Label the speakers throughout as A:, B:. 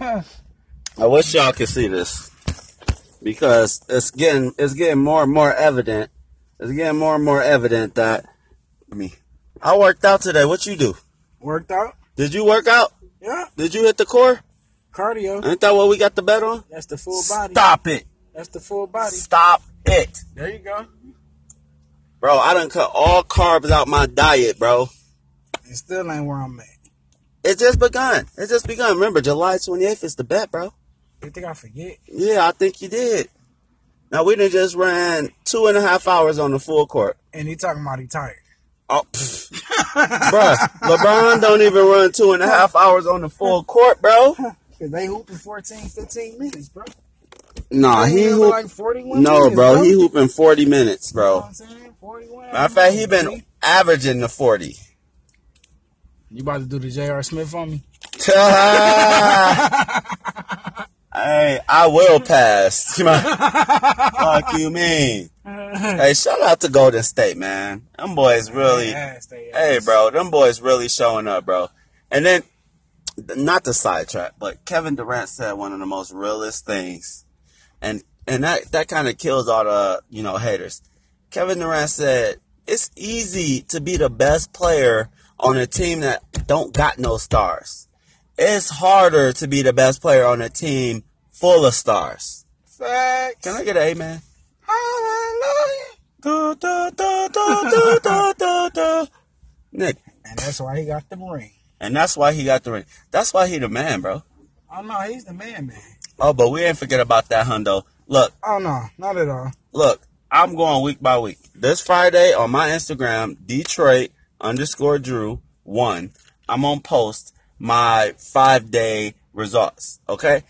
A: I wish y'all could see this because it's getting it's getting more and more evident. It's getting more and more evident that me. I worked out today. What you do?
B: Worked out.
A: Did you work out?
B: Yeah.
A: Did you hit the core?
B: Cardio.
A: Ain't that what we got the bet on?
B: That's the full body.
A: Stop it.
B: That's the full body.
A: Stop it.
B: There you go.
A: Bro, I done cut all carbs out my diet, bro.
B: It still ain't where I'm at.
A: It's just begun. It's just begun. Remember, July 28th is the bet, bro.
B: You think I forget?
A: Yeah, I think you did. Now, we done just ran two and a half hours on the full court.
B: And he talking about he tired.
A: Oh, pff. bruh, LeBron don't even run two and a half hours on the full court, bro.
B: Cause they hooping 14, 15 minutes, bro.
A: Nah,
B: They
A: he
B: only
A: hoop.
B: like 41
A: No,
B: minutes,
A: bro, he
B: You know
A: hooping forty minutes,
B: what
A: bro.
B: I'm saying? 41.
A: Matter of fact, he been averaging the forty.
B: You about to do the J.R. Smith on me?
A: hey, I will pass. Come on. Fuck you, mean. Hey, shout out to Golden State, man. Them boys really.
B: Yes, they are.
A: Hey, bro, them boys really showing up, bro. And then, not to sidetrack, but Kevin Durant said one of the most realest things, and and that that kind of kills all the you know haters. Kevin Durant said it's easy to be the best player on a team that don't got no stars. It's harder to be the best player on a team full of stars.
B: Facts.
A: Can I get an amen?
B: Hallelujah.
A: Do, do, do, do, do, do, do, do. Nick,
B: And that's why he got the ring.
A: and that's why he got the ring. That's why he the man, bro.
B: Oh no, he's the man, man.
A: Oh, but we ain't forget about that hundo. Look,
B: Oh no, not at all.
A: look, I'm going week by week. This Friday on my Instagram, Detroit underscore Drew one, I'm gonna post my five day results. Okay.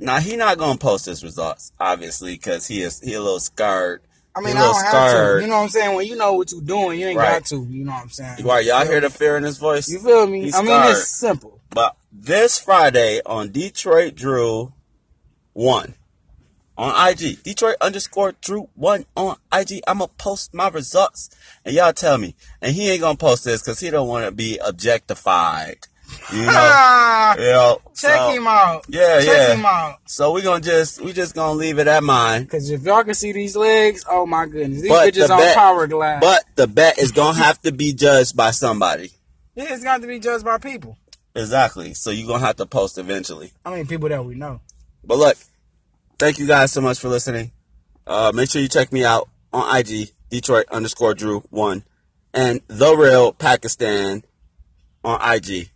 A: Now he not gonna post his results, obviously, cause he is he a little scarred.
B: I
A: He
B: mean,
A: a
B: I
A: little
B: don't have
A: scarred.
B: to. You know what I'm saying? When you know what you're doing, you ain't
A: Right.
B: got to. You know what I'm saying?
A: Why y'all hear the fear in his voice?
B: You feel me?
A: He's
B: I mean,
A: scarred.
B: it's simple.
A: But this Friday on Detroit Drew one on IG, Detroit underscore Drew one on IG. I'ma post my results, and y'all tell me. And he ain't gonna post this because he don't want to be objectified. You know,
B: Ah,
A: you know.
B: check
A: so,
B: him out.
A: Yeah,
B: check
A: yeah.
B: him out.
A: So we gonna just we just gonna leave it at mine.
B: Cause if y'all can see these legs, oh my goodness, these
A: But
B: bitches
A: the
B: on
A: bet,
B: power glass.
A: but the bet is gonna have to be judged by somebody.
B: yeah, it's got to be judged by people.
A: Exactly. So you gonna have to post eventually.
B: I mean, people that we know.
A: But look, thank you guys so much for listening. Uh, make sure you check me out on IG, Detroit underscore Drew one, and The Real Pakistan on IG.